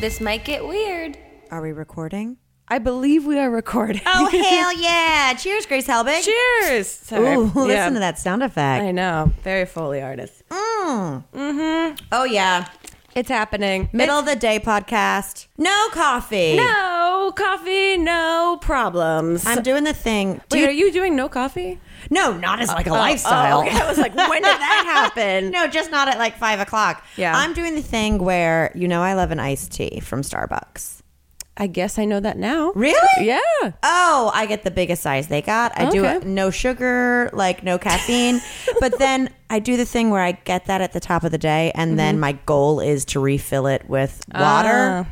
This might get weird. Are we recording? I believe we are recording. Oh hell yeah! Cheers, Grace Helbig. Cheers! Sorry. Ooh, listen Yeah. to that sound effect. Mm. I know. Very Foley artist. Mm-hmm. Oh yeah, It's happening. middle of the day podcast. No coffee. It's- no coffee, no problems. I'm doing the thing. Wait, Dude, are you doing no coffee? no, not as like a Oh, lifestyle. oh, okay. I was like, when did that happen? no, just not at like five o'clock. Yeah. I'm doing the thing where you know I love an iced tea from Starbucks. I guess I know that now. Really? Yeah. Oh, I get the biggest size they got. I do Okay. it no sugar, like no caffeine. but then I do the thing where I get that at the top of the day, and Mm-hmm. then my goal is to refill it with water,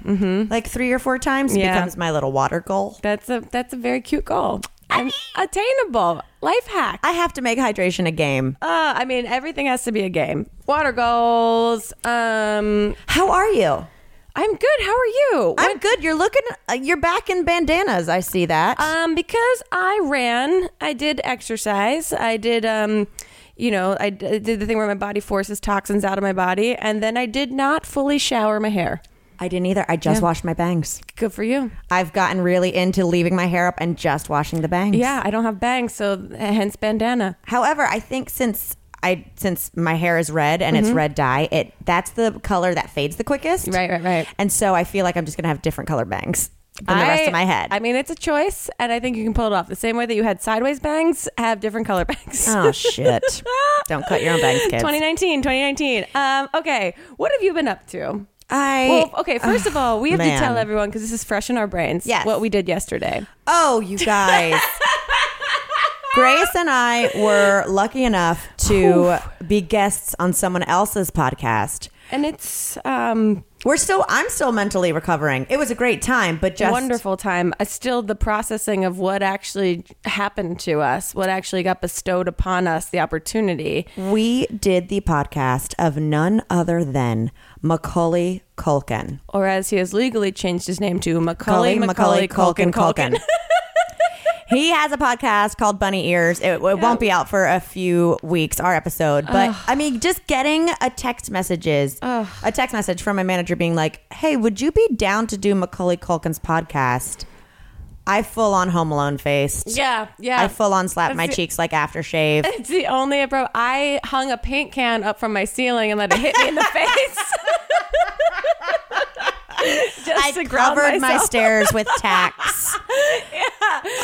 like three or four times. It Ah, mm-hmm. Yeah. becomes my little water goal. That's a that's a very cute goal. And attainable. Life hack. I have to make hydration a game. uh, I mean, everything has to be a game. Water goals. Um, How are you? I'm good. How are you? I'm good. You're looking. Uh, you're back in bandanas. I see that. Um, because I ran, I did exercise. I did, um, you know, I d- did the thing where my body forces toxins out of my body, and then I did not fully shower my hair. I didn't either. I just washed my bangs. Good for you. I've gotten really into leaving my hair up and just washing the bangs. Yeah, I don't have bangs, so eh, hence bandana. However, I think since I since my hair is red and it's red dye, it that's the color that fades the quickest. Mm-hmm. Right, right, right. And so I feel like I'm just gonna have different color bangs than the rest I- of my head. I mean, it's a choice, and I think you can pull it off. The same way that you had sideways bangs, have different color bangs. oh shit! Don't cut your own bangs, kids. 2019, 2019. Um, okay, what have you been up to? I Well, oh. okay, first of all, we have Eh, man. to tell everyone because this is fresh in our brains Yes. what we did yesterday. Oh, you guys. Grace and I were lucky enough to be guests on someone else's podcast. and it's um We're still I'm still mentally recovering. It was a great time, but just wonderful time Uh, still the processing of what actually happened to us what actually got bestowed upon us the opportunity We did the podcast of none other than Macaulay Culkin. or as he has legally changed his name to macaulay macaulay, culkin culkin, he has a podcast called Bunny Ears. It, it won't be out for a few weeks, our episode. But I mean, just getting a text messages, a text message from my manager being like, hey, would you be down to do Macaulay Culkin's podcast? I full on Home Alone faced. yeah yeah I full on slapped That's my the- cheeks like aftershave. it's the only approach. I hung a paint can up from my ceiling and let it hit me in the face. Just I to ground covered my myself. stairs with tacks. Um,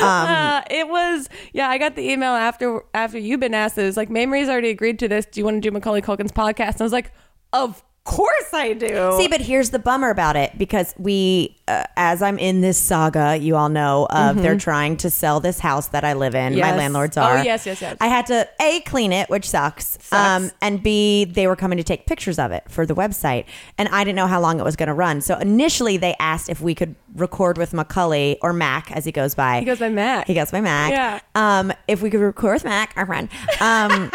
Uh, it was yeah. I got the email after after you've been asked. It was like Mamrie's already agreed to this. Do you want to do Macaulay Culkin's podcast? And I was like, of course I do. See, but here's the bummer about it because we, uh, as I'm in this saga, you all know, of they're trying to sell this house that I live in. My Mm-hmm. Yes. landlords Oh, are. yes, yes, yes. I had to a clean it, which sucks. Um, and b they were coming to take pictures of it for the website, and I didn't know how long it was going to run. So initially, they asked if we could record with McCully or Mac, as he goes by. He goes by Mac. He goes by Mac. Yeah. Um, if we could record with Mac, our friend. Um,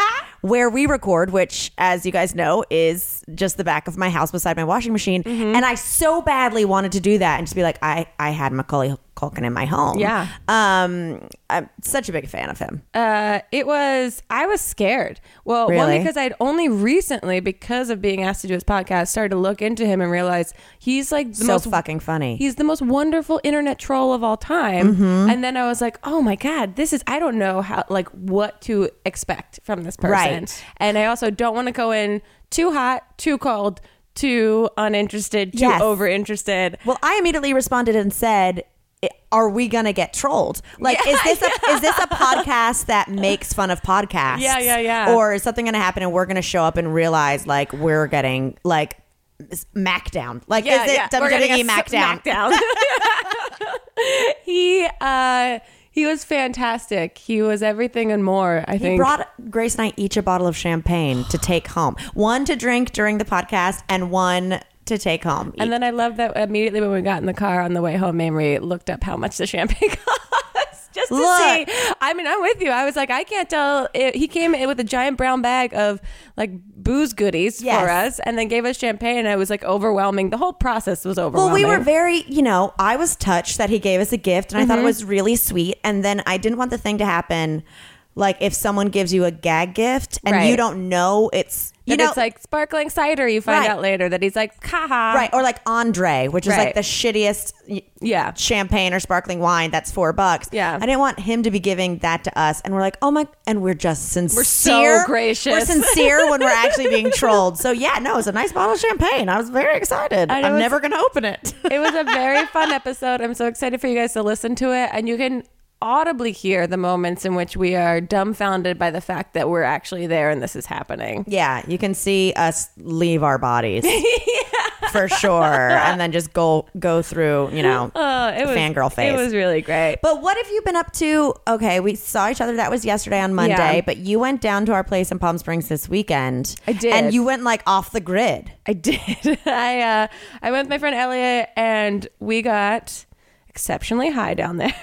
where we record, which, as you guys know, is just the back of my house beside my washing machine. Mm-hmm. And I so badly wanted to do that and just be like, I, I had Macaulay Culkin in my home. Yeah. Um, I'm such a big fan of him. uh, it was I was scared. Well, Really? one because I'd only recently, because of being asked to do his podcast, started to look into him and realize he's like the so most fucking funny. He's the most wonderful internet troll of all time. Mm-hmm. And then I was like, oh my God, this is, I don't know how, like, what to expect from this person. Right. And I also don't want to go in too hot, too cold, too uninterested, too Yes. overinterested. Well, I immediately responded and said, "I- "Are we gonna get trolled? Like, is this a, is this a podcast that makes fun of podcasts? Yeah, yeah, yeah. Or is something gonna happen and we're gonna show up and realize like we're getting like s- Macdown? Like, Yeah, is it E yeah. We're getting WWE a s- Macdown? Smackdown. he, uh, he was fantastic. He was everything and more, I He think. brought Grace and I each a bottle of champagne to take home, one to drink during the podcast and one to take home. and then I love that immediately when we got in the car on the way home, Amory looked up how much the champagne cost just to Look. see. I mean, I'm with you. I was like, I can't tell. It, he came in with a giant brown bag of like booze goodies Yes. for us and then gave us champagne. And I was like, overwhelming. The whole process was Well, overwhelming. we were very, you know, I Mm-hmm. was touched that he gave us a gift and I thought it was really sweet. And then I didn't want the thing to happen like if someone gives you a gag gift and Right. you don't know it's you You know it's like sparkling cider. You find Right. out later that he's like, haha. right or like Andre, which is like Right. the shittiest y- Yeah. champagne or sparkling wine that's four bucks. Yeah. I didn't want him to be giving that to us, and we're like, oh my, and we're just sincere. gracious. We're sincere when we're actually being trolled. So yeah, no, it's a nice bottle of champagne. I was very excited. I know I'm it's- never gonna open it. It was a very fun episode. I'm so excited for you guys to listen to it. And you can audibly hear the moments in which we are dumbfounded by the fact that we're actually there and this is happening. yeah, you can see us leave our bodies for sure, and then just go go through, you know. Oh, it was Fangirl phase. It was really great. But what have you been up to? Okay, we saw each other. That was yesterday on Monday. Yeah. But you went down to our place in Palm Springs this weekend. I did. and you went like off the grid. I did. I uh, I went with my friend Elliot, and we got exceptionally high down there.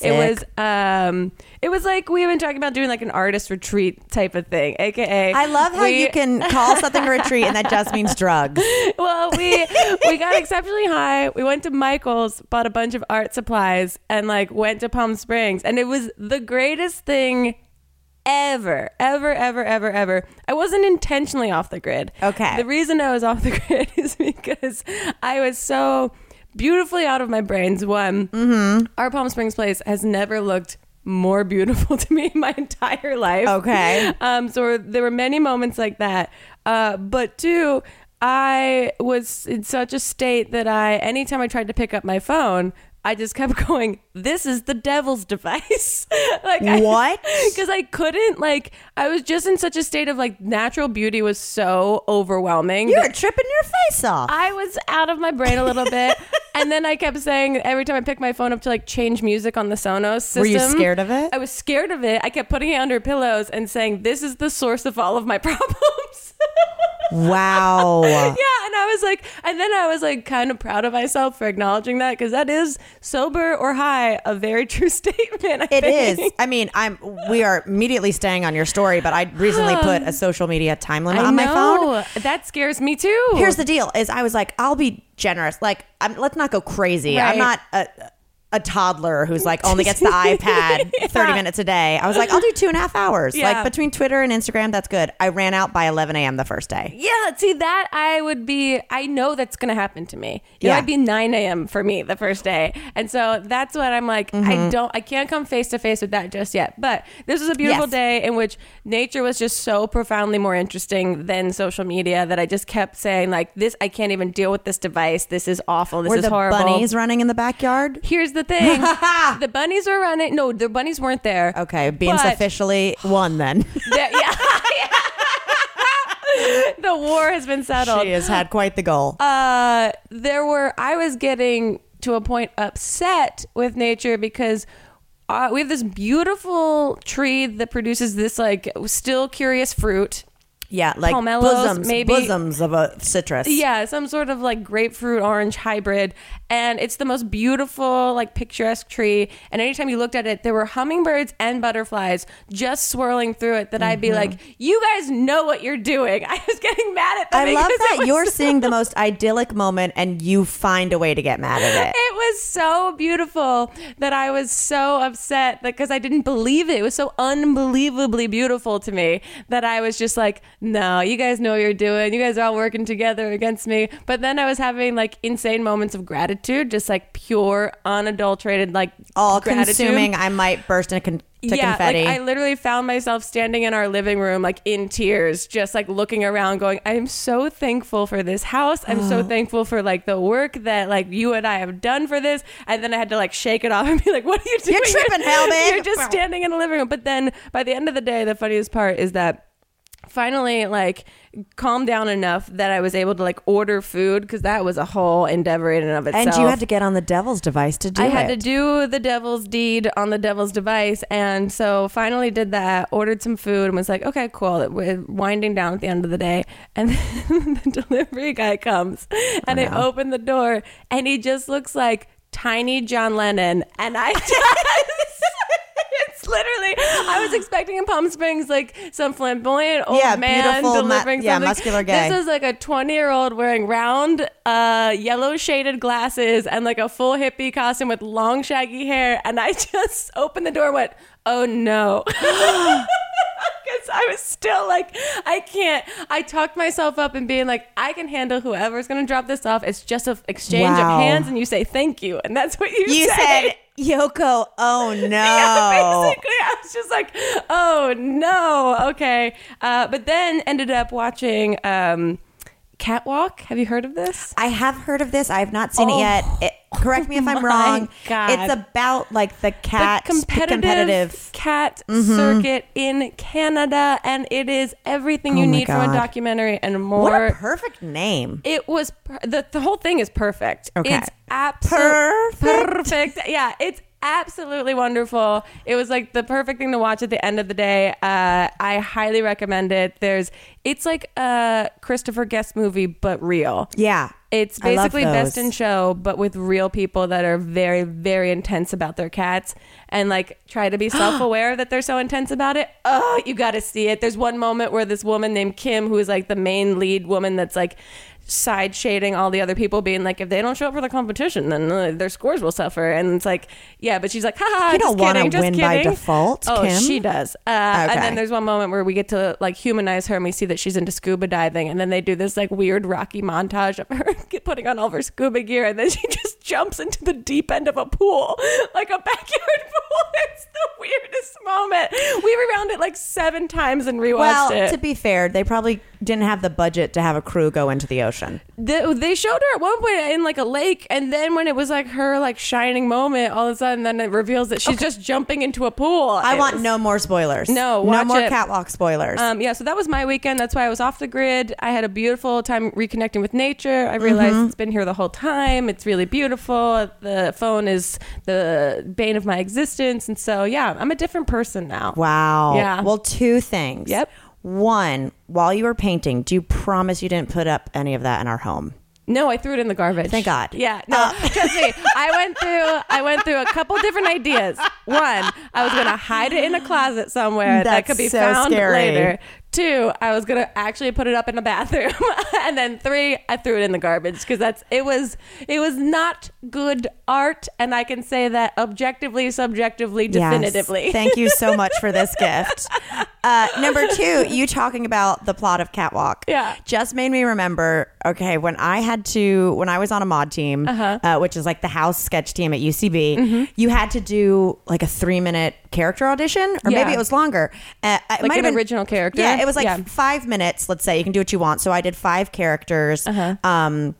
It was um, it was like we have been talking about doing like an artist retreat type of thing, aka I love how we- you can call something a retreat and that just means drugs. well, we we got exceptionally high. We went to Michael's, bought a bunch of art supplies, and like went to Palm Springs, and it was the greatest thing ever, ever, ever, ever, ever. I wasn't intentionally off the grid. Okay. The reason I was off the grid is because I was so beautifully out of my brains. One, Mm-hmm. our Palm Springs place has never looked more beautiful to me in my entire life. Okay. Um, so we're- there were many moments like that. Uh, but two, I was in such a state that I, anytime I tried to pick up my phone, I just kept going, this is the devil's device. like I- What? because I couldn't like I was just in such a state of like natural beauty was so overwhelming. You that are tripping your face off. I was out of my brain a little bit, and then I kept saying every time I picked my phone up to like change music on the Sonos system. Were you scared of it? I was scared of it. I kept putting it under pillows and saying, "This is the source of all of my problems." Wow. yeah, and I was like, and then I was like, kind of proud of myself for acknowledging that because that is sober or high, a very true statement. I It think. is. I mean, I'm. We are immediately staying on your story, but I recently put a social media time limit I on my phone. know. That scares me too. Here's the deal: is I was like, I'll be generous. Like, I'm, let's not go crazy. Right. I'm not a, a toddler who's like only gets the iPad 30 minutes a day. I was like, I'll do two and a half hours. Yeah. Like between Twitter and Instagram, that's good. I ran out by 11 a.m. the first day. Yeah, see that I would be. I know that's going to happen to me. You know, Yeah. I'd be nine a.m. for me the first day, and so that's what I'm like. Mm-hmm. I don't. I can't come face to face with that just yet. But this was a beautiful Yes. day in which nature was just so profoundly more interesting than social media that I just kept saying like, "This I can't even deal with this device. This is awful. This Were is the horrible." bunnies running in the backyard? Here's the thing: the bunnies were running. No, the bunnies weren't there. Okay, Beans But- officially won then. There- yeah. the war has been settled. she has had quite the goal. uh, there were I was getting to a point upset with nature because uh, we have this beautiful tree that produces this like still curious fruit. yeah, like Palmellos, bosoms, maybe- bosoms of a citrus. Yeah, some sort of like grapefruit orange hybrid. And it's the most beautiful, like picturesque tree. And anytime you looked at it, there were hummingbirds and butterflies just swirling through it that I'd Mm-hmm. be like, you guys know what you're doing. I was getting mad at them. I love because it that was you're seeing the most idyllic moment and you find a way to get mad at it. It was so beautiful that I was so upset because I didn't believe it. It was so unbelievably beautiful to me that I was just like, no, you guys know what you're doing. You guys are all working together against me. But then I was having like insane moments of gratitude, just like pure, unadulterated, like All gratitude. consuming, I might burst into con- to yeah, confetti. like I literally found myself standing in our living room, like in tears, just like looking around, going, "I'm so thankful for this house. I'm Oh. so thankful for like the work that like you and I have done for this." And then I had to like shake it off and be like, "What are you doing? tripping, hell, man." You're just standing in the living room." But then by the end of the day, the funniest part is that finally like calmed down enough that I was able to like order food because that was a whole endeavor in and of itself. and you had to get on the devil's device to do I it. had to do the devil's deed on the devil's device, and so finally did that. Ordered some food and was like, "Okay, cool." We're winding down at the end of the day, and then the delivery guy comes, and I open the door, and he just looks like tiny John Lennon, and I just. It's literally, I I was expecting in Palm Springs like some flamboyant old Yeah, man beautiful, mu- delivering yeah, something. muscular guy. This is like a 20 year old wearing round, uh, yellow shaded glasses and like a full hippie costume with long shaggy hair. And I just opened the door and went, oh no. Because I was still like, I can't. I talked myself up and being like, I can handle whoever's going to drop this off. It's just an exchange Wow. of hands, and you say thank you, and that's what you, You said, Yoko, oh no. Oh. yeah, basically, I was just like, oh no, okay. Uh, but then ended up watching um, Catwalk. Have you heard of this? I have heard of this. I have not seen Oh. it yet. It, correct me if I'm my wrong. God. It's about like the cat the competitive, competitive. Mm-hmm. cat circuit in Canada, and it is everything you Oh my need from God. a documentary and What a more. perfect name. It was per- the the whole thing is perfect. Okay. It's absolutely Perfect. perfect. Yeah, it's absolutely wonderful. It was like the perfect thing to watch at the end of the day. Uh, I highly recommend it. There's it's like a Christopher Guest movie but real. Yeah. It's I love basically best those. in show, but with real people that are very, very intense about their cats and like try to be self aware that they're so intense about it. Oh, you got to see it. There's one moment where this woman named Kim, who is like the main lead woman that's like side shading all the other people, being like, if they don't show up for the competition, then uh, their scores will suffer. And it's like, yeah, but she's like, ha ha, You just don't wanna kidding, just win by kidding." default, Oh, Kim. she does. Uh, Okay. And then there's one moment where we get to like humanize her and we see that she's into scuba diving. And then they do this like weird rocky montage of her putting on all of her scuba gear. And then she just jumps into the deep end of a pool, like a backyard pool. It's the weirdest moment. We rewound it like seven times and rewatched Well, it. to be fair, they probably didn't have the budget to have a crew go into the ocean. they, they showed her at one point in like a lake and then when it was like her like shining moment all of a sudden then it reveals that she's just jumping into a pool I It want was- no more spoilers. no No, watch more it. catwalk spoilers. um, yeah so that was my weekend that's why i was off the grid i had a beautiful time reconnecting with nature i Mm-hmm. realized it's been here the whole time it's really beautiful the phone is the bane of my existence and so yeah i'm a different person now wow. Yeah. Well, two things. Yep. One, while you were painting, do you promise you didn't put up any of that in our home? No, I threw it in the garbage. Thank God. Uh. Yeah. No, trust me. I went through I went through a couple different ideas. One, I was gonna hide it in a closet somewhere that That's could be so found scary. later. Two, I was gonna actually put it up in a bathroom. and then three, I threw it in the garbage because that's it was it was not good art, and I can say that objectively, subjectively, Yes. definitively. Thank you so much for this gift. Uh, number two, you talking about the plot of Catwalk. Yeah. Just made me remember, okay, when I had to, when I was on a mod team, Uh-huh. uh which is like the house sketch team at UCB, Mm-hmm. you had to do like a three minute character audition, or maybe Yeah. it was longer. Uh, it might an have been- original character? Yeah, it was like Yeah. five minutes, let's say. You can do what you want. So I did five characters. Uh-huh. Um,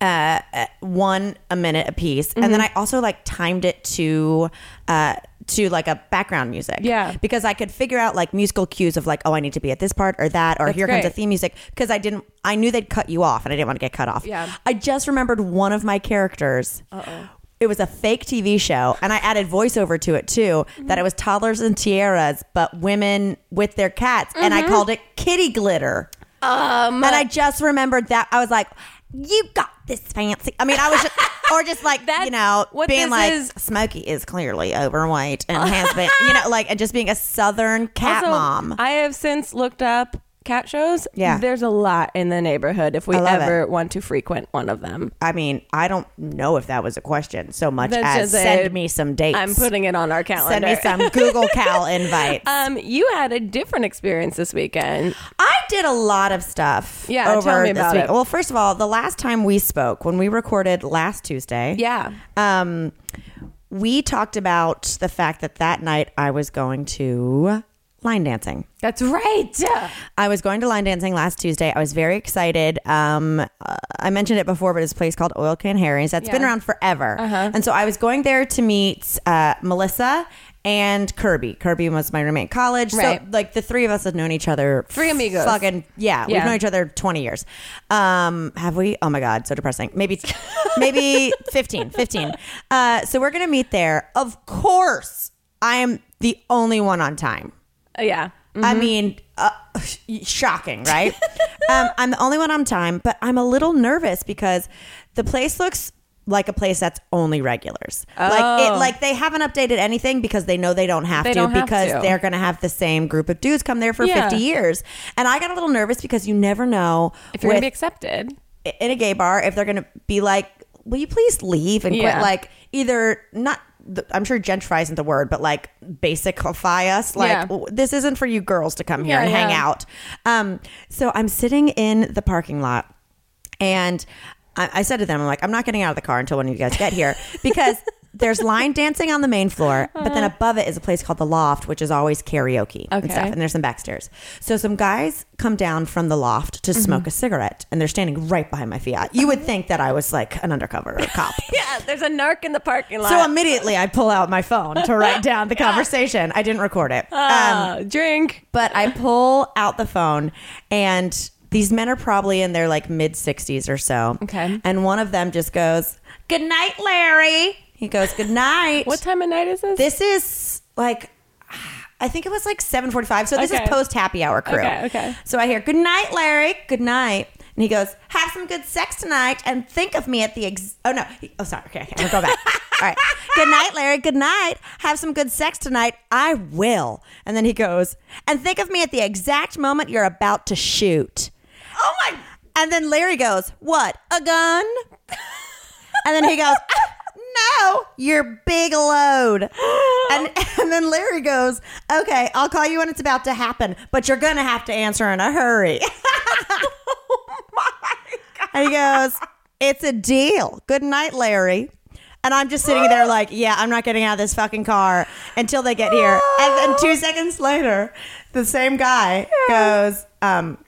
uh, uh, one a minute a piece, and then Mm-hmm. I also like timed it to uh, to like a background music. Yeah. because I could figure out like musical cues of like, oh, I need to be at this part or that, or here comes great. a theme music. Because I didn't, I knew they'd cut you off, and I didn't want to get cut off. Yeah. I just remembered one of my characters. Uh-oh. It was a fake TV show, and I added voiceover to it too. Mm-hmm. That it was toddlers and tiaras, but women with their cats, and Mm-hmm. I called it kitty glitter. Um, and I just remembered that I was like, "You got this fancy." I mean, I was, just, or just like That's you know, what being this like, is. "Smokey is clearly overweight and has been," you know, like and just being a southern cat Also, mom. I have since looked up cat shows. Yeah. There's a lot in the neighborhood if we I love ever want to frequent one of them. I mean, I don't know if that was a question so much That's as just a- send me some dates. I'm putting it on our calendar. send me some Google Cal invites. Um, you had a different experience this weekend. I did a lot of stuff. Yeah, over tell me this about week. it. Well, first of all, the last time we spoke when we recorded last Tuesday, Yeah. um, we talked about the fact that that night I was going to line dancing. That's right. I was going to line dancing last Tuesday. I was very excited. Um, uh, I mentioned it before, but it's a place called Oil Can Harry's that's been Yeah. Uh-huh. around forever. And so I was going there to meet uh, Melissa and Kirby. Kirby was my roommate in college. So Right. like the three of us have known each other. Three amigos. Fucking yeah, we've Yeah. known each other twenty years. Um, have we? Oh my god, so depressing. Maybe, maybe 15, 15. Uh, so we're gonna meet there. Of course, I am the only one on time. Uh, yeah. I mean, uh, shocking, right? um, I'm the only one on time, but I'm a little nervous because the place looks like a place that's only regulars. Like it Oh. like they haven't updated anything because they know they don't have They to don't have because to. they're going to have the same group of dudes come there for Yeah. 50 years. And I got a little nervous because you never know If you're with- gonna be accepted, in a gay bar if they're going to be like, "Will you please leave?" and Yeah. quit like either not th- I'm sure gentrify isn't the word, but like basicify us. Like Yeah. w- this isn't for you girls to come here Yeah, and hang yeah. out. Um, so I'm sitting in the parking lot, and I, I said to them, "I'm like, I'm not getting out of the car until one of you guys get here because there's line dancing on the main floor, but then above it is a place called the Loft, which is always karaoke and Okay. stuff. And there's some back stairs. So some guys come down from the loft to smoke a cigarette, and they're standing right behind my Fiat. You would think that I was like an undercover cop. yeah, there's a narc in the parking lot. So immediately I pull out my phone to write down the conversation. I didn't record it. Um, Ah, drink. but I pull out the phone and these men are probably in their like mid 60s or so. Okay. And one of them just goes, Good night, Larry. He goes, Good night. What time of night is this? This is like, I think it was like 745. So this Okay. is post happy hour crew. Okay, okay. So I hear, Good night, Larry. Good night. And he goes, Have some good sex tonight and think of me at the ex. Oh, no. He- Oh, sorry. Okay, okay. I'll go back. All right. Good night, Larry. Good night. Have some good sex tonight. I will. And then he goes, And think of me at the exact moment you're about to shoot. Oh, my. And then Larry goes, What? A gun? And then he goes, "Ah, No, your big load. And, and then Larry goes, Okay, I'll call you when it's about to happen, but you're going to have to answer in a hurry. And he goes, It's a deal. Good night, Larry. And I'm just sitting there like, Yeah, I'm not getting out of this fucking car until they get here. And then two seconds later, the same guy goes, um,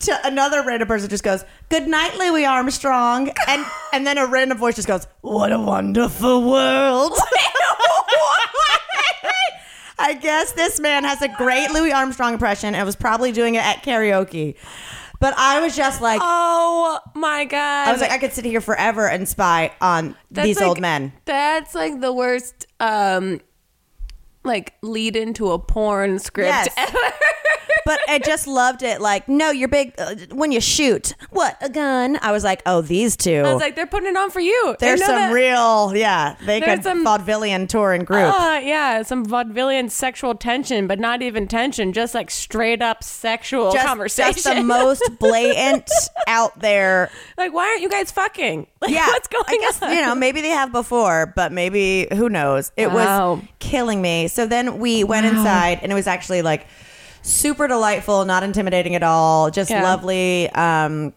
to another random person just goes, Good night, Louis Armstrong. And and then a random voice just goes, What a wonderful world. I guess this man has a great Louis Armstrong impression and was probably doing it at karaoke. But I was just like, Oh my god! I was like, I could sit here forever and spy on these like- old men. That's like the worst, um, like lead into a porn script Yes. ever. But I just loved it. Like, no, you're big uh, when you shoot. What a gun! I was like, oh, these two. I was like, they're putting it on for you. They There's know some that- real, yeah. They There's could some- vaudevillian tour and group. Ah, yeah, some vaudevillian sexual tension, but not even tension, just like straight up sexual conversation. Just the most blatant out there. like, why aren't you guys fucking? Like, Yeah, what's going I guess, on? You know, maybe they have before, but maybe who knows? It Wow. was killing me. So then we went inside, and it was actually like super delightful, not intimidating at all. Just Yeah. lovely um,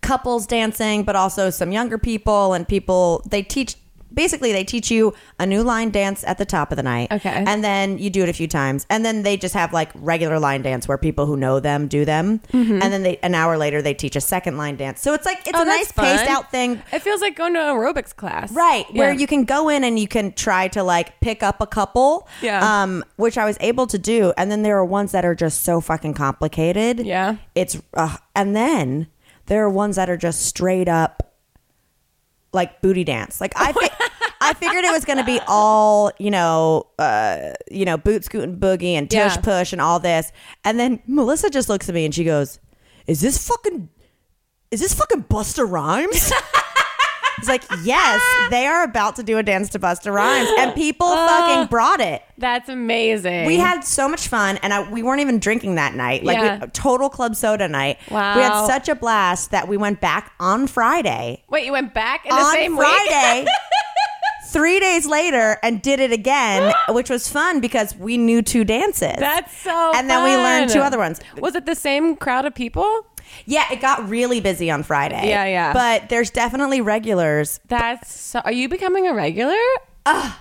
couples dancing, but also some younger people and people. They teach. Basically, they teach you a new line dance at the top of the night. Okay. And then you do it a few times. And then they just have like regular line dance where people who know them do them. And then they, an hour later, they teach a second line dance. So it's like, it's Mm-hmm. Oh, a nice that's fun. paced out thing. It feels like going to an aerobics class, Right, where Yeah. you can go in and you can try to like pick up a couple. Yeah. Um, which I was able to do, and then there are ones that are just so fucking complicated. Yeah. It's uh, and then there are ones that are just straight up like booty dance. Like I, fi- I figured it was going to be all you know, uh, you know, boot scoot and boogie and tush Yeah. push and all this, and then Melissa just looks at me and she goes, "Is this fucking?" Is this fucking Buster Rhymes? It's like, yes, they are about to do a dance to Busta Rhymes, and people Uh. fucking brought it. That's amazing. We had so much fun, and I, we weren't even drinking that night. Like, we- Yeah. total club soda night. We had Wow. such a blast that we went back on Friday. Wait, you went back in the on same week? Friday. Three days later, and did it again, which was fun because we knew two dances. That's so. And then we learned fun. two other ones. Was it the same crowd of people? yeah, it got really busy on Friday. Yeah, yeah. But there's definitely regulars That's. So, are you becoming a regular? I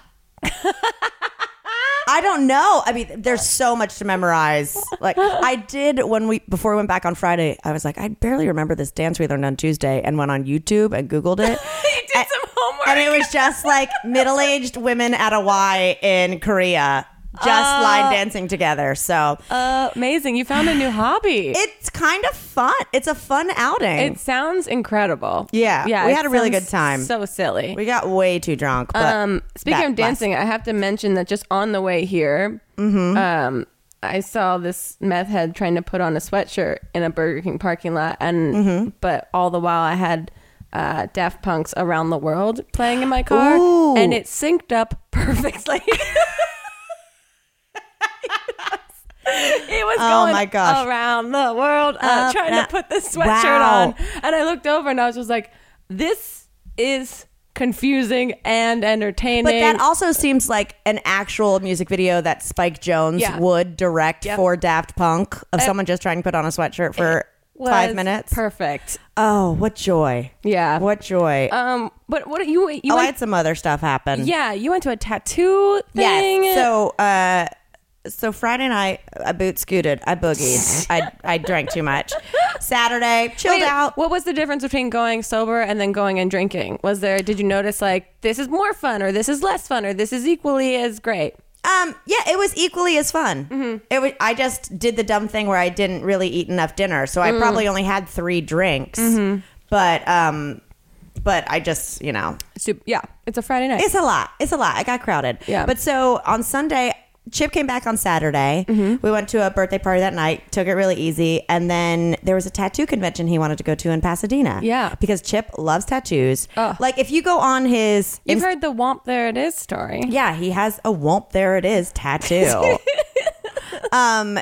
don't know. I mean, there's so much to memorize. Like I did when we before we went back on Friday, I was like, I barely remember this dance we learned on Tuesday, and went on YouTube and Googled it. You did some homework. and it was just like middle-aged women at a Y in Korea, just Oh. line dancing together. So uh, amazing. You found a new hobby. It, it's kind of fun. It's a fun outing. sounds incredible. Yeah, we it had a really sounds good time. So silly. we got way too drunk. But Um, speaking that of dancing, I have to mention that just on the way here, Mm-hmm. um, I saw this meth head Mm-hmm. trying to put on a sweatshirt in a Burger King parking lot, and but all the while I had uh, Daft Punk's Around the World playing in my car, Ooh. and it synced up perfectly. It was Oh going my gosh. around the world, uh, Up, trying na- to put this sweatshirt Wow. on, and I looked over and I was just like, "This is confusing and entertaining." But that also seems like an actual music video that Spike Jones Yeah. would direct Yep. Uh, for Daft Punk of someone just trying to put on a sweatshirt for five was minutes. perfect. oh, what joy. Yeah. What joy. Um, but what you you oh, I went, had some other stuff happen. yeah you went to a tattoo thing. Yes. So, uh, so Friday night, I boot scooted. I boogied. I, I drank too much. Saturday, chilled Wait, out. What was the difference between going sober and then going and drinking? Was there did you notice like this is more fun or this is less fun or this is equally as great? Um, yeah, it was equally as fun. Mm-hmm. It was. I just did the dumb thing where I didn't really eat enough dinner, so I Mm. probably only had three drinks. Mm-hmm. But um, but I just you know, Sup- yeah, it's a Friday night. it's a lot. It's a lot. I got crowded. Yeah. But so on Sunday, Chip came back on Saturday. Mm-hmm. We went to a birthday party that night. Took it really easy, and then there was a tattoo convention he wanted to go to in Pasadena. Yeah. because Chip loves tattoos. Ugh. Like if you go on his You've heard the womp there it is story. yeah, he has a womp there it is tattoo. um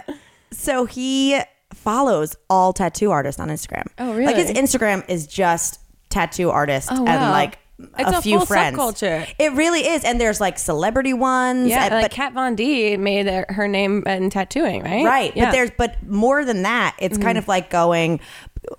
so he follows all tattoo artists on Instagram. Oh, Like his really? Instagram is just tattoo artists Oh, and wow. like It's a, a few full friends. subculture. It really is. And there's like celebrity ones. Yeah, and- like but Kat Von D made her, her name in tattooing, right? Right. Yeah. But Mm-hmm. there's but more than that, it's kind of like going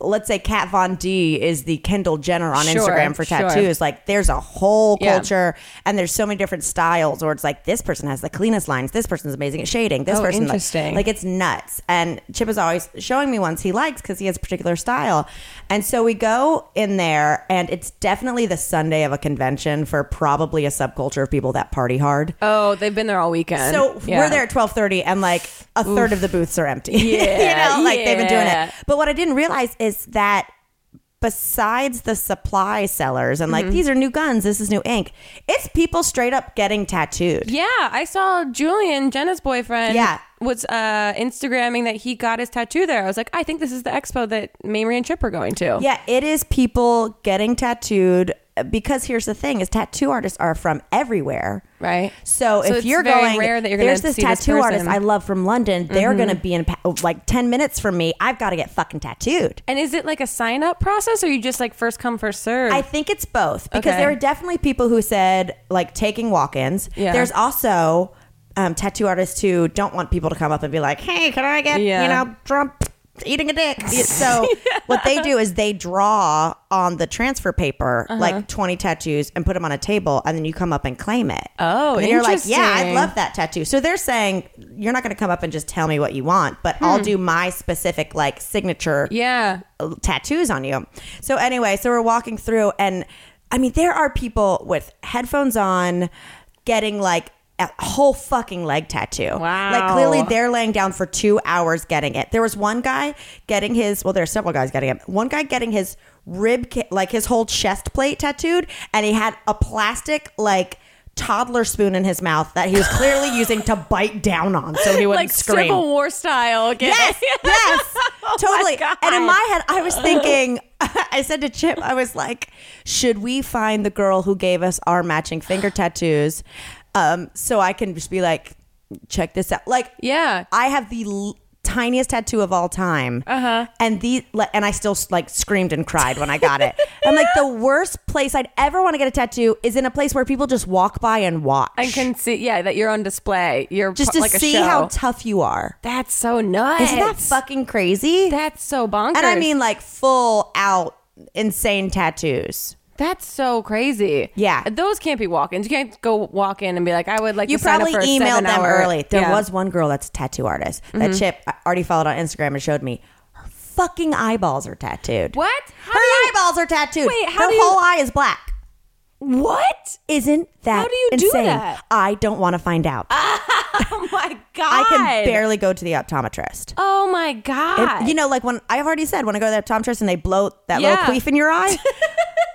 let's say Kat Von D is the Kendall Jenner on Sure, Instagram for sure. tattoos. Like there's a whole Yeah. culture and there's so many different styles where it's like this person has the cleanest lines, this person's amazing at shading, this Oh, person like- interesting. Like, it's nuts. And Chip is always showing me ones he likes because he has a particular style. And so we go in there and it's definitely the Sunday of a convention for probably a subculture of people that party hard. Oh, they've been there all weekend. So Yeah. we're there at twelve thirty, and like a third of the booths are empty. Yeah, you know, like they've been doing yeah. it. But what I didn't realize is that besides the supply sellers and Mm-hmm. like these are new guns, this is new ink, it's people straight up getting tattooed. Yeah, I saw Julian, Jenna's boyfriend. Yeah. Was uh, Instagramming that he got his tattoo there. I was like, I think this is the expo that Mamrie and Chip are going to. Yeah, it is people getting tattooed because here's the thing: is tattoo artists are from everywhere. Right. So, So if it's you're very going, rare that you're gonna there's this see this tattoo artist person. Mm-hmm. I love from London. They're going to be in pa- like ten minutes from me. I've got to get fucking tattooed. And is it like a sign up process or you just like first come, first serve? I think it's both because Okay. there are definitely people who said like taking walk-ins. Yeah. There's also um, tattoo artists who don't want people to come up and be like, "Hey, can I get Yeah. you know Trump eating a dick?" So what they do is they draw on the transfer paper Uh-huh. like 20 tattoos and put them on a table, and then you come up and claim it. Oh, and you're like, "Yeah, I interesting. love that tattoo." So they're saying you're not going to come up and just tell me what you want, but I'll do my specific like signature Hmm. yeah. tattoos on you. So anyway, so we're walking through and I mean there are people with headphones on getting like a whole fucking leg tattoo. Wow. Like clearly they're laying down for 2 hours getting it. There was one guy getting his well there's several guys getting it. One guy getting his rib ca- like his whole chest plate tattooed and he had a plastic like toddler spoon in his mouth that he was clearly using to bite down on so he wouldn't Like scream. Civil War style. Get Yes, yes, totally. Oh God. And in my head, I was thinking, I said to Chip, I was like, should we find the girl who gave us our matching finger tattoos um, so I can just be like, check this out? Like, Yeah. I have the l- tiniest tattoo of all time. Uh-huh. And the like, and I still like screamed and cried when I got it. I'm like the worst place I'd ever want to get a tattoo is in a place where people just walk by and watch. And can see, yeah, that you're on display. You're just pu- to like a see show. how tough you are. That's so nuts. Isn't that fucking crazy? That's so bonkers. And I mean like full out insane tattoos. that's so crazy. Yeah. Those can't be walk ins. You can't go walk in and be like, I would like You to sign probably up for a emailed seven them hour- early. There Yeah. Mm-hmm. was one girl that's a tattoo artist that Chip already followed on Instagram and showed me. Her fucking eyeballs are tattooed. What? How her do you- eyeballs are tattooed. Wait, how her do you- whole eye is black. What? Isn't that How do you do insane? that? I don't want to find out. Oh my God. I can barely go to the optometrist. Oh my It- God. you know, like when I've already said when I go to the optometrist and they blow that Yeah. little queef in your eye.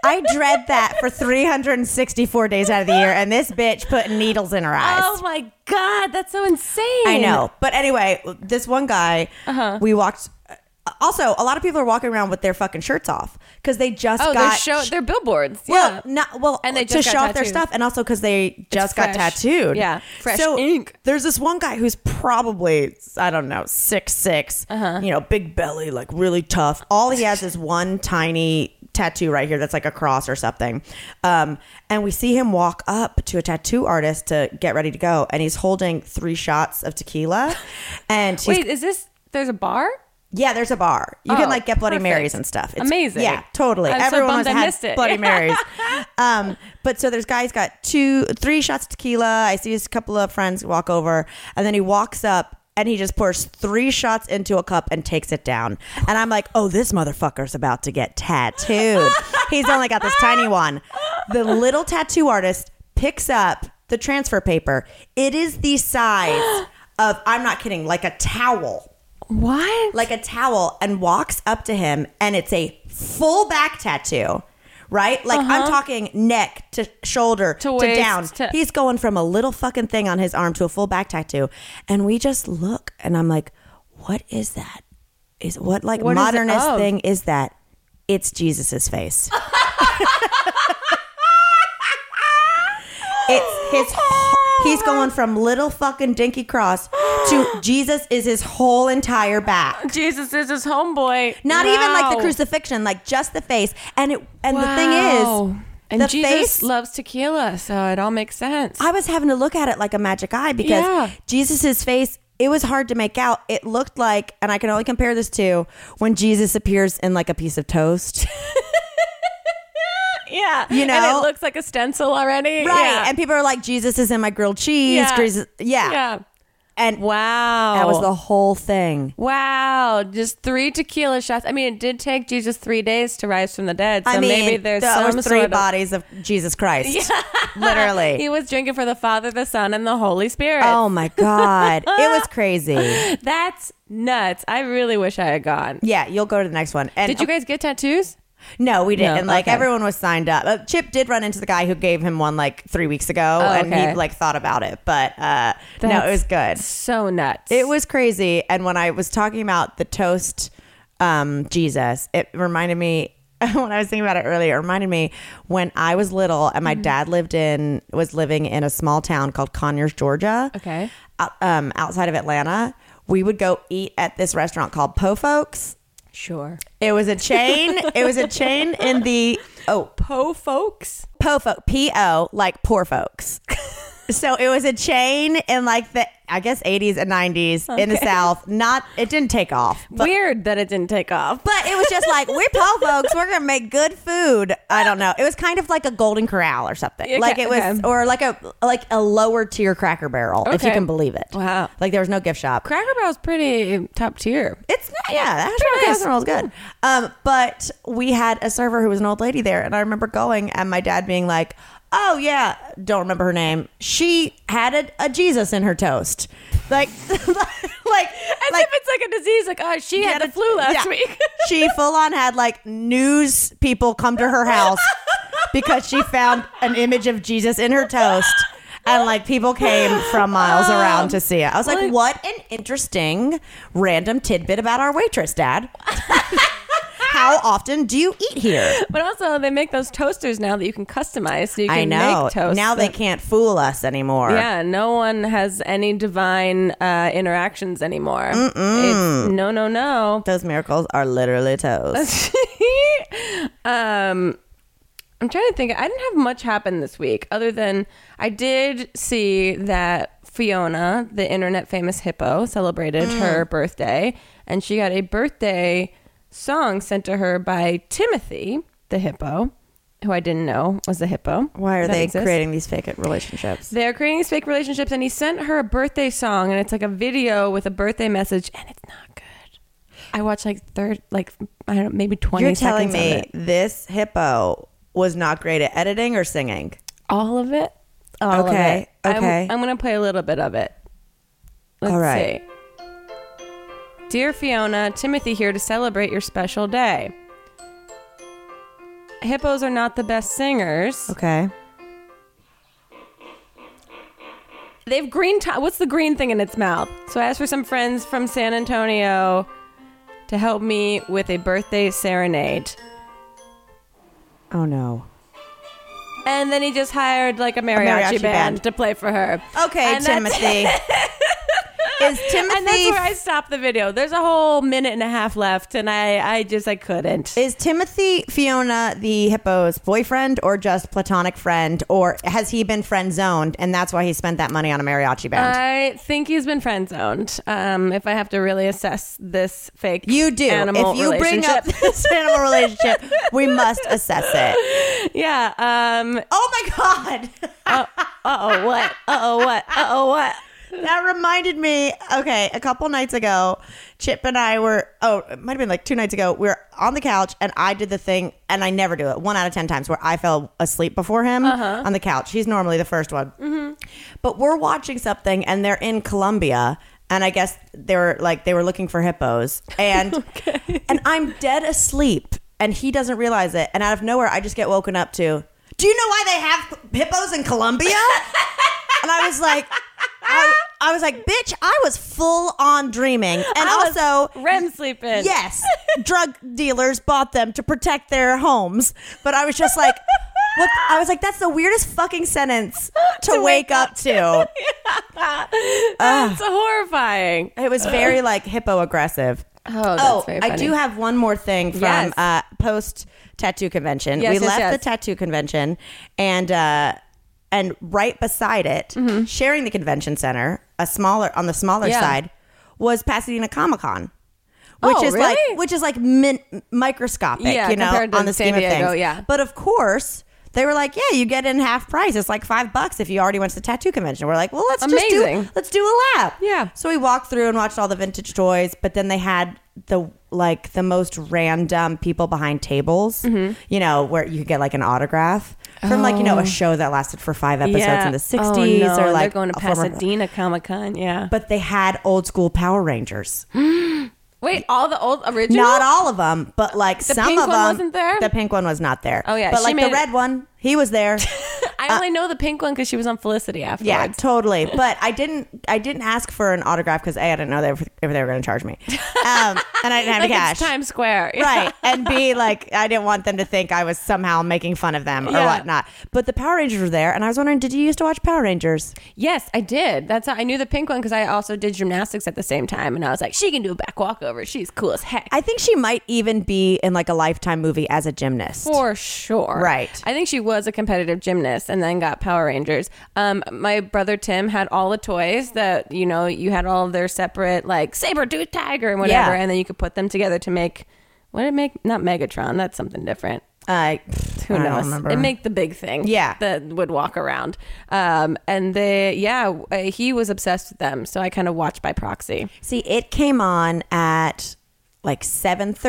I dread that for 364 days out of the year, and this bitch putting needles in her eyes. Oh my God. That's so insane. Uh-huh. I know. But anyway, this one guy, we walked uh, also, a lot of people are walking around with their fucking shirts off because they just Oh, got they're show sh- they're billboards. well, yeah. not well, And they to just show got off their tattooed. stuff, and also because they just got fresh. tattooed. Yeah. Fresh so ink. There's this one guy who's probably I don't know six Uh-huh. you know, big belly, like really tough. All he has is one tiny tattoo right here that's like a cross or something. Um, and we see him walk up to a tattoo artist to get ready to go, and he's holding three shots of tequila, and he's Wait, is this there's a bar? yeah, there's a bar. You Oh, can like get Bloody perfect. Marys and stuff. Amazing. Yeah, totally. I'm so Everyone bummed has I had missed it. Bloody Marys. um, but so there's guys got two, three shots of tequila. I see his couple of friends walk over, and then he walks up. And he just pours three shots into a cup and takes it down. And I'm like, oh, this motherfucker's about to get tattooed. He's only got this tiny one. The little tattoo artist picks up the transfer paper. It is the size of, I'm not kidding, like a towel What? like a towel and walks up to him and it's a full back tattoo right like i'm talking neck to shoulder to, waist down Uh-huh. to- he's going from a little fucking thing on his arm to a full back tattoo and we just look and i'm like what is that is what like What is it Oh. modernist of? thing is that it's jesus's face It's his. He's going from little fucking dinky cross to Jesus is his whole entire back. Jesus is his homeboy. Not even like the Wow. crucifixion, like just the face. And it and the thing Wow. is, and the Jesus face- loves tequila, so it all makes sense. I was having to look at it like a magic eye because Yeah. Jesus's face. It was hard to make out. It looked like, and I can only compare this to when Jesus appears in like a piece of toast, yeah, you and know? it looks like a stencil already, right? Yeah. And people are like, "Jesus is in my grilled cheese." Yeah. Jesus- yeah. yeah. and Wow, that was the whole thing. wow. Just three tequila shots. I mean, it did take Jesus three days to rise from the dead, so I mean, maybe there's there some were sort three of- bodies of Jesus Christ, literally. He was drinking for the Father, the Son, and the Holy Spirit. Oh my god, it was crazy. That's nuts. I really wish I had gone. Yeah, you'll go to the next one. And Did you guys get tattoos? No, we didn't. No, and like okay. everyone was signed up. Uh, Chip did run into the guy who gave him one like three weeks ago, and Oh, okay. he like thought about it. But uh, no, That's- it was good. So nuts. It was crazy. And when I was talking about the toast, um, Jesus, it reminded me. When I was thinking about it earlier, it reminded me when I was little and my Mm-hmm. dad lived in was living in a small town called Conyers, Georgia. Okay. out, um, outside of Atlanta, we would go eat at this restaurant called Po Folks. sure. It was a chain. it was a chain in the oh Po folks. po folk p o like poor folks. so it was a chain in like the I guess 80s and 90s in the South. Not it didn't take off, but, Weird that it didn't take off. but it was just like we're po folks. We're gonna make good food. I don't know. It was kind of like a Golden Corral or something. Okay, like it was okay. or like a like a lower tier Cracker Barrel if you Okay. can believe it. Wow. Like there was no gift shop. Cracker Barrel's pretty top tier. It's not, yeah, that hash brown nice. casserole is good. Um, but we had a server who was an old lady there, and I remember going and my dad being like, "Oh yeah, don't remember her name. She had a, a Jesus in her toast, like, like, like." As if it's like a disease, like, oh, she had the flu last yeah. week. she full on had like news people come to her house because she found an image of Jesus in her toast. And like people came from miles Um, around to see it. I was like, what an interesting random tidbit about our waitress, Dad. How often do you eat here? but also, they make those toasters now that you can customize, so you can I know. make toast. now they that- can't fool us anymore. Yeah, no one has any divine uh, interactions anymore. It's, no, no, no. Those miracles are literally toast. um I'm trying to think. I didn't have much happen this week other than I did see that Fiona, the internet famous hippo, celebrated Mm. her birthday and she got a birthday song sent to her by Timothy, the hippo, who I didn't know was a hippo. Why are That they exists. creating these fake relationships? They're creating these fake relationships and he sent her a birthday song and it's like a video with a birthday message and it's not good. I watched like third like I don't maybe 20 You're telling seconds of it. me this hippo was not great at editing or singing? All of it. All of Okay, it. I'm- okay. I'm, gonna play a little bit of it. Let's All right. see. Dear Fiona, Timothy here to celebrate your special day. Hippos are not the best singers. Okay. They have green. To- What's the green thing in its mouth? So I asked for some friends from San Antonio to help me with a birthday serenade. Oh no. And then he just hired like a mariachi, mariachi band, band. to play for her. Okay, And that's- Timothy. Is Timothy And that's where I stopped the video. There's a whole minute and a half left, and I, I just I couldn't. Is Timothy Fiona the hippo's boyfriend or just platonic friend or has he been friend zoned and that's why he spent that money on a mariachi band? I think he's been friend zoned. Um, if I have to really assess this fake, you do. Animal if you bring up relationship. this animal relationship, we must assess it. yeah. Um. Oh my god. Uh oh. What? Uh oh. What? Uh oh. What? That reminded me. Okay, a couple nights ago, Chip and I were. Oh, it might have been like two nights ago. We were on the couch, and I did the thing, and I never do it. One out of ten times where I fell asleep before him on the couch. He's normally the first one. But we're watching something, and they're in Colombia. And I guess they were like they were looking for hippos, and and I'm dead asleep, and he doesn't realize it. And out of nowhere, I just get woken up to. Do you know why they have hippos in Colombia? and I was like, I, I was like, bitch, I was full on dreaming, and I was also. REM sleeping. Yes, drug dealers bought them to protect their homes, but I was just like, "What?" the- I was like, "That's the weirdest fucking sentence to, wake, up to." That's horrifying. It was very like hippo aggressive. Oh, Uh-huh. that's Oh, very funny. I do have one more thing from Yes. uh, post tattoo convention. Yes, we yes, left yes. the tattoo convention, and uh, and right beside it, sharing the convention center, a smaller on the smaller Mm-hmm. Yeah. side, was Pasadena Comic Con. Which Oh, is like really? which is like min- microscopic, Yeah, you know, compared to on the San scheme of Diego, things. yeah. But of course, they were like, "Yeah, you get in half price. It's like five bucks if you already went to the tattoo convention." We're like, "Well, let's just Amazing. do let's do a lap." Yeah. So we walked through and watched all the vintage toys, but then they had the like the most random people behind tables, Mm-hmm. you know, where you could get like an autograph from like you know a show that lasted for five episodes in the '60s Oh, no, or like they're going to a former- Pasadena Comic Con. Yeah. But they had old school Power Rangers. Wait, all the old original. Not all of them, but like some pink of them. one wasn't there? The pink one was not there. Oh, yeah, but she like the made it- red one, he was there. I only know the pink one because she was on Felicity afterwards. uh, Yeah, totally. But I didn't. I didn't ask for an autograph because a I didn't know they were, if they were going to charge me, um, and I didn't have like cash. it's Times Square. Right. And B, like, I didn't want them to think I was somehow making fun of them or Yeah. whatnot. But the Power Rangers were there, and I was wondering, did you used to watch Power Rangers? Yes, I did. That's how I knew the pink one because I also did gymnastics at the same time, and I was like, she can do a back walkover. She's cool as heck. I think she might even be in like a lifetime movie as a gymnast. for sure. Right. I think she was a competitive gymnast and then got Power Rangers. Um, my brother Tim had all the toys that, you know, you had all their separate, like, Saber-Tooth Tiger and whatever. Yeah. And then you could put them together to make, what did it make? Not Megatron. That's something different. Uh, I Who I don't knows? remember. It make the big thing. Yeah. that would walk around. Um, and they, yeah, uh, he was obsessed with them, so I kind of watched by proxy. See, it came on at like 7.30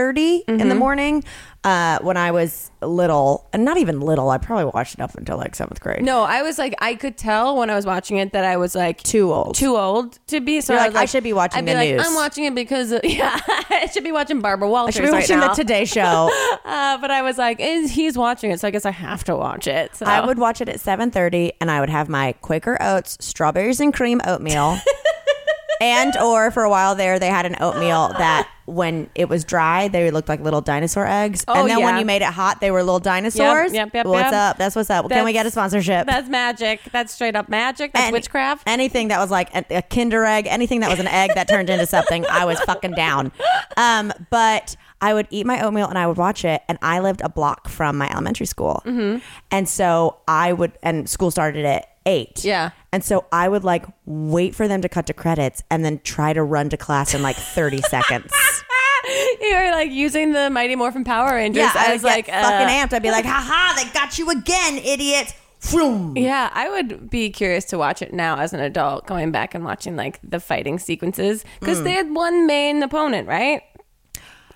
in the Mm-hmm. morning uh, when I was little. And not even little. I probably watched it up until like 7th grade. No, I was like, I could tell when I was watching it that I was like Too old. too old to be. So You're I, like, was I should be watching I'd be the like, news. I'm watching it because of, yeah, I should be watching Barbara I Walters should be right watching now. the Today Show. uh, but I was like, is, he's watching it, so I guess I have to watch it. So. I would watch it at 7:30 and I would have my Quaker Oats strawberries and cream oatmeal. and or for a while there they had an oatmeal that when it was dry they looked like little dinosaur eggs Oh, and then when yeah. you made it hot they were little dinosaurs. yep, yep, what's yep. up? That's what's up. Can we That's- get a sponsorship? That's magic. That's straight up magic. That's Any- witchcraft. Anything that was like a, a Kinder egg, anything that was an egg that turned into something, I was fucking down. Um, but I would eat my oatmeal and I would watch it. And I lived a block from my elementary school, Mm-hmm. and so I would. And school started at eight. Yeah. And so I would like wait for them to cut to credits and then try to run to class in like 30 seconds. you were like using the Mighty Morphin Power Rangers. Yeah, I as, was like like fucking uh, amped. I'd be like, haha, they got you again, idiots. Vroom. Yeah, I would be curious to watch it now as an adult, going back and watching like the fighting sequences Hmm. because they had one main opponent, right?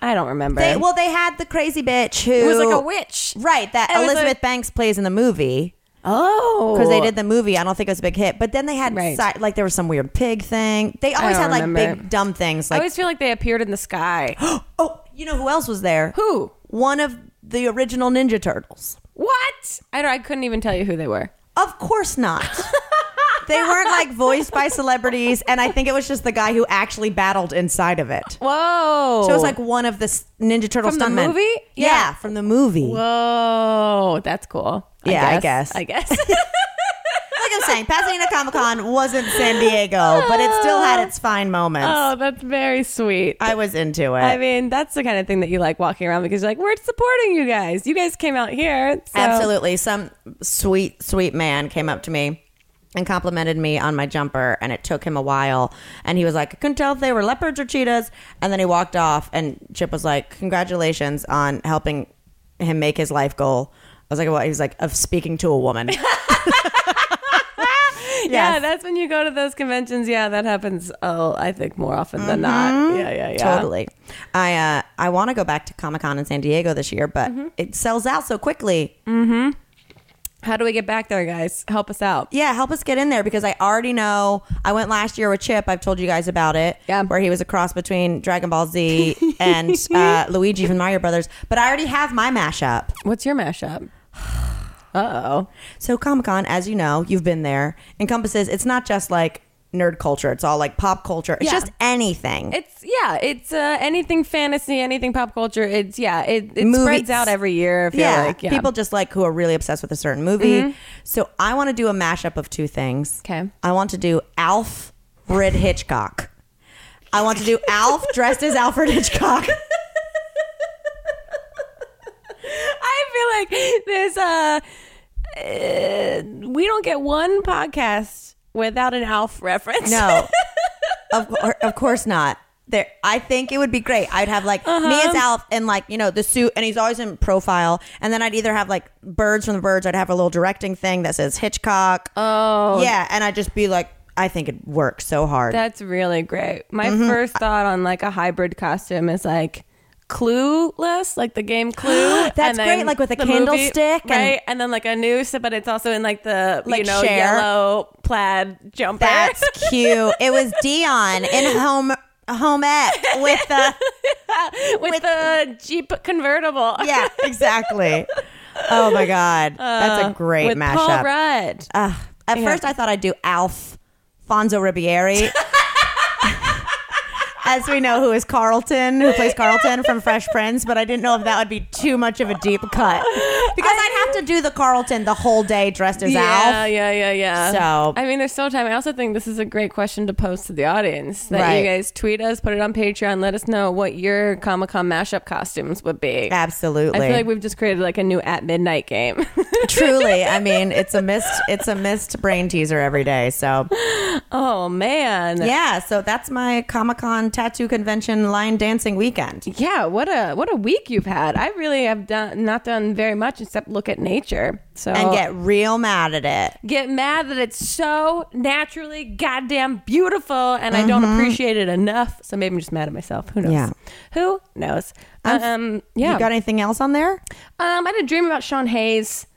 I don't remember. They, well, they had the crazy bitch who it was like a witch, Right, that It was Elizabeth a- Banks plays in the movie Oh, because they did the movie. I don't think it was a big hit, but then they had Right. si- like there was some weird pig thing. They always don't had like remember. big dumb things. I Like always feel like they appeared in the sky. oh, you know who else was there? who? One of the original Ninja Turtles. What? I don't. I couldn't even tell you who they were. Of course not. They weren't like voiced by celebrities, and I think it was just the guy who actually battled inside of it. Whoa. So it was like one of the s- Ninja Turtle Oh. From the stuntmen. movie? Yeah. Yeah. from the movie. Whoa, that's cool. Yeah, I guess. I guess. Like I'm saying, Pasadena Comic Con wasn't San Diego, but it still had its fine moments. oh, that's very sweet. I was into it. I mean, that's the kind of thing that you like walking around because you're like, we're supporting you guys. You guys came out here. so- Absolutely. Some sweet, sweet man came up to me and complimented me on my jumper, and it took him a while. And he was like, I couldn't tell if they were leopards or cheetahs. And then he walked off, and Chip was like, Congratulations on helping him make his life goal. I was like, What? He was like, Of speaking to a woman. Yeah, Yes. that's when you go to those conventions. Yeah, that happens, oh, I think, more often than not. Yeah, yeah, yeah. Mm-hmm. Totally. I uh, I want to go back to Comic Con in San Diego this year, but Mm-hmm. it sells out so quickly. How do we get back there, guys? Help us out. Yeah, help us get in there because I already know. I went last year with Chip. I've told you guys about it. Yeah. Where he was a cross between Dragon Ball Z and uh, Luigi from Mario Brothers. But I already have my mashup. What's your mashup? Uh oh. So Comic Con, as you know, you've been there, encompasses, it's not just like nerd culture, it's all like pop culture. It's Yeah. just anything. It's yeah, it's uh, anything fantasy, anything pop culture. It's yeah, it, it Movies. spreads out every year. I feel yeah. like yeah. Mm-hmm. People just like who are really obsessed with a certain movie. So I want to do a mashup of two things. Okay. I want to do Alf Alfred Hitchcock. I want to do Alf dressed as Alfred Hitchcock. I feel like there's uh, uh, we don't get one podcast without an Alf reference. No, of, cour- of course not. There, I think it would be great. I'd have like me as Alf and like you know the suit, and he's always in profile. And then I'd either have like birds from the birds. I'd have a little directing thing that says Hitchcock. Oh, yeah, and I'd just be like, I think it works so hard. That's really great. My Mm-hmm. first thought on like a hybrid costume is like clueless, like the game Clue. and then great, like with a the movie, candlestick and- right? And then like a noose, but it's also in like the you Like know Cher. yellow plaid jumper. That's cute. It was Dion in home home ec with the with, the Jeep convertible. yeah exactly. Oh my god, that's a great with mashup. Paul Rudd. Ugh. at first, I thought I'd do Alf Fonzo Ribieri. As we know, who is Carlton, who plays Carlton from Fresh Prince, but I didn't know if that would be too much of a deep cut. Because I'd have to do the Carlton the whole day dressed as yeah, Alf. yeah, yeah, yeah. So- I mean, there's still time. I also think this is a great question to post to the audience. That Right. you guys tweet us, put it on Patreon, let us know what your Comic Con mashup costumes would be. Absolutely. I feel like we've just created like a new at midnight game. Truly, I mean, it's a missed it's a missed brain teaser every day. So oh man. yeah, so that's my Comic Con tattoo convention line dancing weekend. Yeah, what a what a week you've had. I really have done not done very much except look at nature. So And get real mad at it. get mad that it's so naturally goddamn beautiful and I don't appreciate it enough. So maybe I'm just mad at myself. Who knows? Mm-hmm. Yeah. Who knows? Um yeah. You got anything else on there? um I had a dream about Sean Hayes.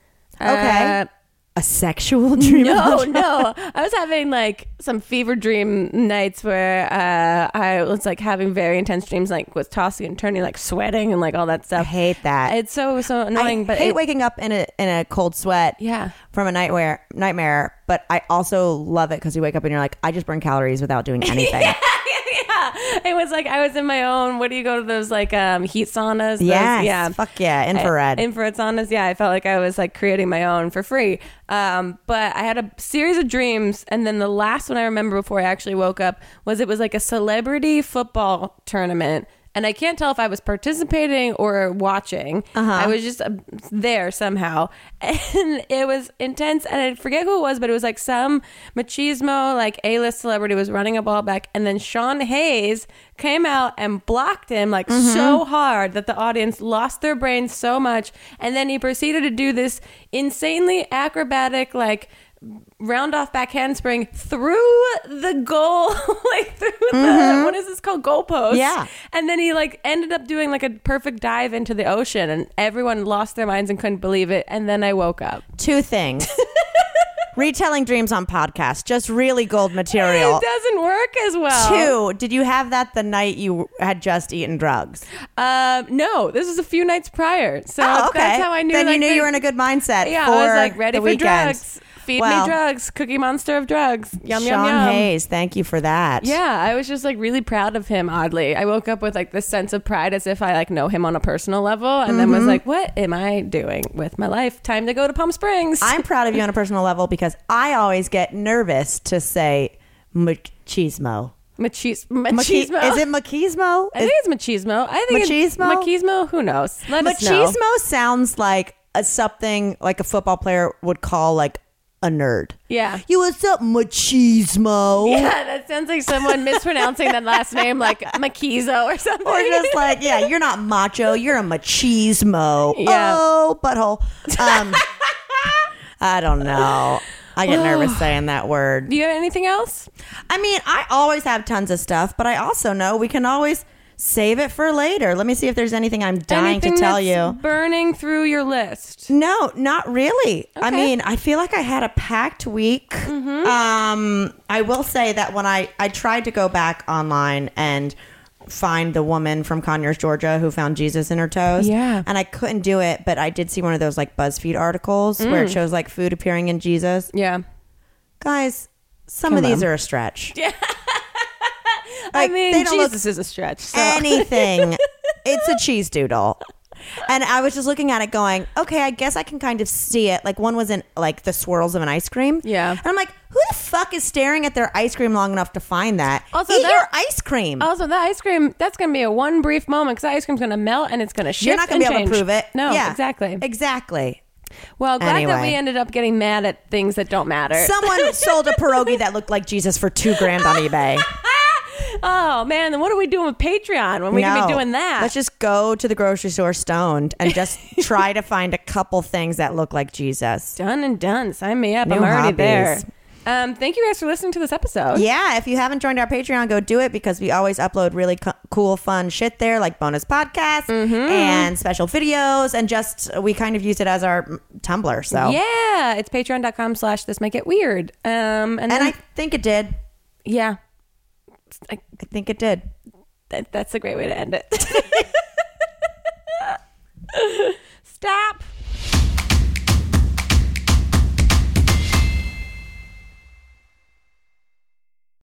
Okay. Uh, A sexual dream? No, no. I was having like some fever dream nights where uh, I was like having very intense dreams, like was tossing and turning, like sweating and like all that I stuff. hate that. It's so so annoying. I but hate it- waking up in a in a cold sweat. Yeah. from a nightmare nightmare. But I also love it because you wake up and you're like, I just burn calories without doing anything. yeah, it was like I was in my own. What do you go to those like um, heat saunas? Those- yes, yeah. fuck yeah, infrared. I- infrared saunas. Yeah, I felt like I was like creating my own for free. Um, but I had a series of dreams, and then the last one I remember before I actually woke up was it was like a celebrity football tournament. And I can't tell if I was participating or watching. I was just uh, there somehow, and it was intense. And I forget who it was, but it was like some machismo, like A list celebrity was running a ball back, and then Sean Hayes came out and blocked him like Mm-hmm. so hard that the audience lost their brains so much. And then he proceeded to do this insanely acrobatic, like round off back handspring through the goal, like through the what is this called goalpost? Mm-hmm. Yeah. And then he like ended up doing like a perfect dive into the ocean, and everyone lost their minds and couldn't believe it. And then I woke up. Two things. Retelling dreams on podcast, just really gold material. It doesn't work as well. Two, did you have that the night you had just eaten drugs? Um, no, this was a few nights prior. So Oh, okay. that's how I knew. Then like, you knew the- you were in a good mindset. Yeah, for I was like ready the for weekend. drugs. Feed Well- me drugs, Cookie Monster of drugs. Yum Sean yum yum. Hayes, thank you for that. Yeah, I was just like really proud of him. Oddly, I woke up with like this sense of pride, as if I like know him on a personal level, and then Mm-hmm. was like, "What am I doing with my life? Time to go to Palm Springs." I'm proud of you on a personal level because I always get nervous to say machismo. Machismo. Machi- Machismo. Is it machismo? I think it's machismo. I think Machismo? it's machismo. Who knows? Let machismo us know. sounds like a, something like a football player would call like a nerd. Yeah. You what's up, machismo? Yeah, that sounds like someone mispronouncing that last name, like Machizo or something. Or just like, yeah, you're not macho, you're a machismo. Yeah. Oh, butthole. Um, I don't know. I get nervous saying that word. Do you have anything else? I mean, I always have tons of stuff, but I also know we can always save it for later. Let me see if there's anything I'm dying anything to tell that's you. burning through your list. No, not really. I Okay. Mm-hmm. mean, I feel like I had a packed week. Um, I will say that when I I tried to go back online and find the woman from Conyers, Georgia, who found Jesus in her toes. Yeah. and I couldn't do it, but I did see one of those like BuzzFeed articles where Mm. it shows like food appearing in Jesus. Yeah. Guys, some of these are a stretch. Yeah. I mean, Jesus is a stretch. So. anything. it's a cheese doodle. And I was just looking at it going, okay, I guess I can kind of see it. Like one was in like the swirls of an ice cream. Yeah. And I'm like, who the fuck is staring at their ice cream long enough to find that? Also, Oh, Eat that- your ice cream. also, that ice cream, that's going to be a one brief moment because that ice cream's going to melt and it's going to shift. You're not going to and be able change. to prove it. No, Yeah. exactly. Exactly. Well, glad that Anyway. we ended up getting mad at things that don't matter. Someone sold a pierogi that looked like Jesus for two grand on eBay. oh, man. Then what are we doing with Patreon when we can be No. doing that? Let's just go to the grocery store stoned and just try to find a couple things that look like Jesus. done and done. Sign me up. New I'm already hobbies. there. Um, thank you guys for listening to this episode. Yeah, if you haven't joined our Patreon, go do it because we always upload really co- cool, fun shit there, like bonus podcasts Mm-hmm. and special videos, and just we kind of use it as our mm, Tumblr. So, Yeah, it's patreon.com slash this might get weird. Um, and, then, and I think it did. yeah, I think it did. that, that's a great way to end it.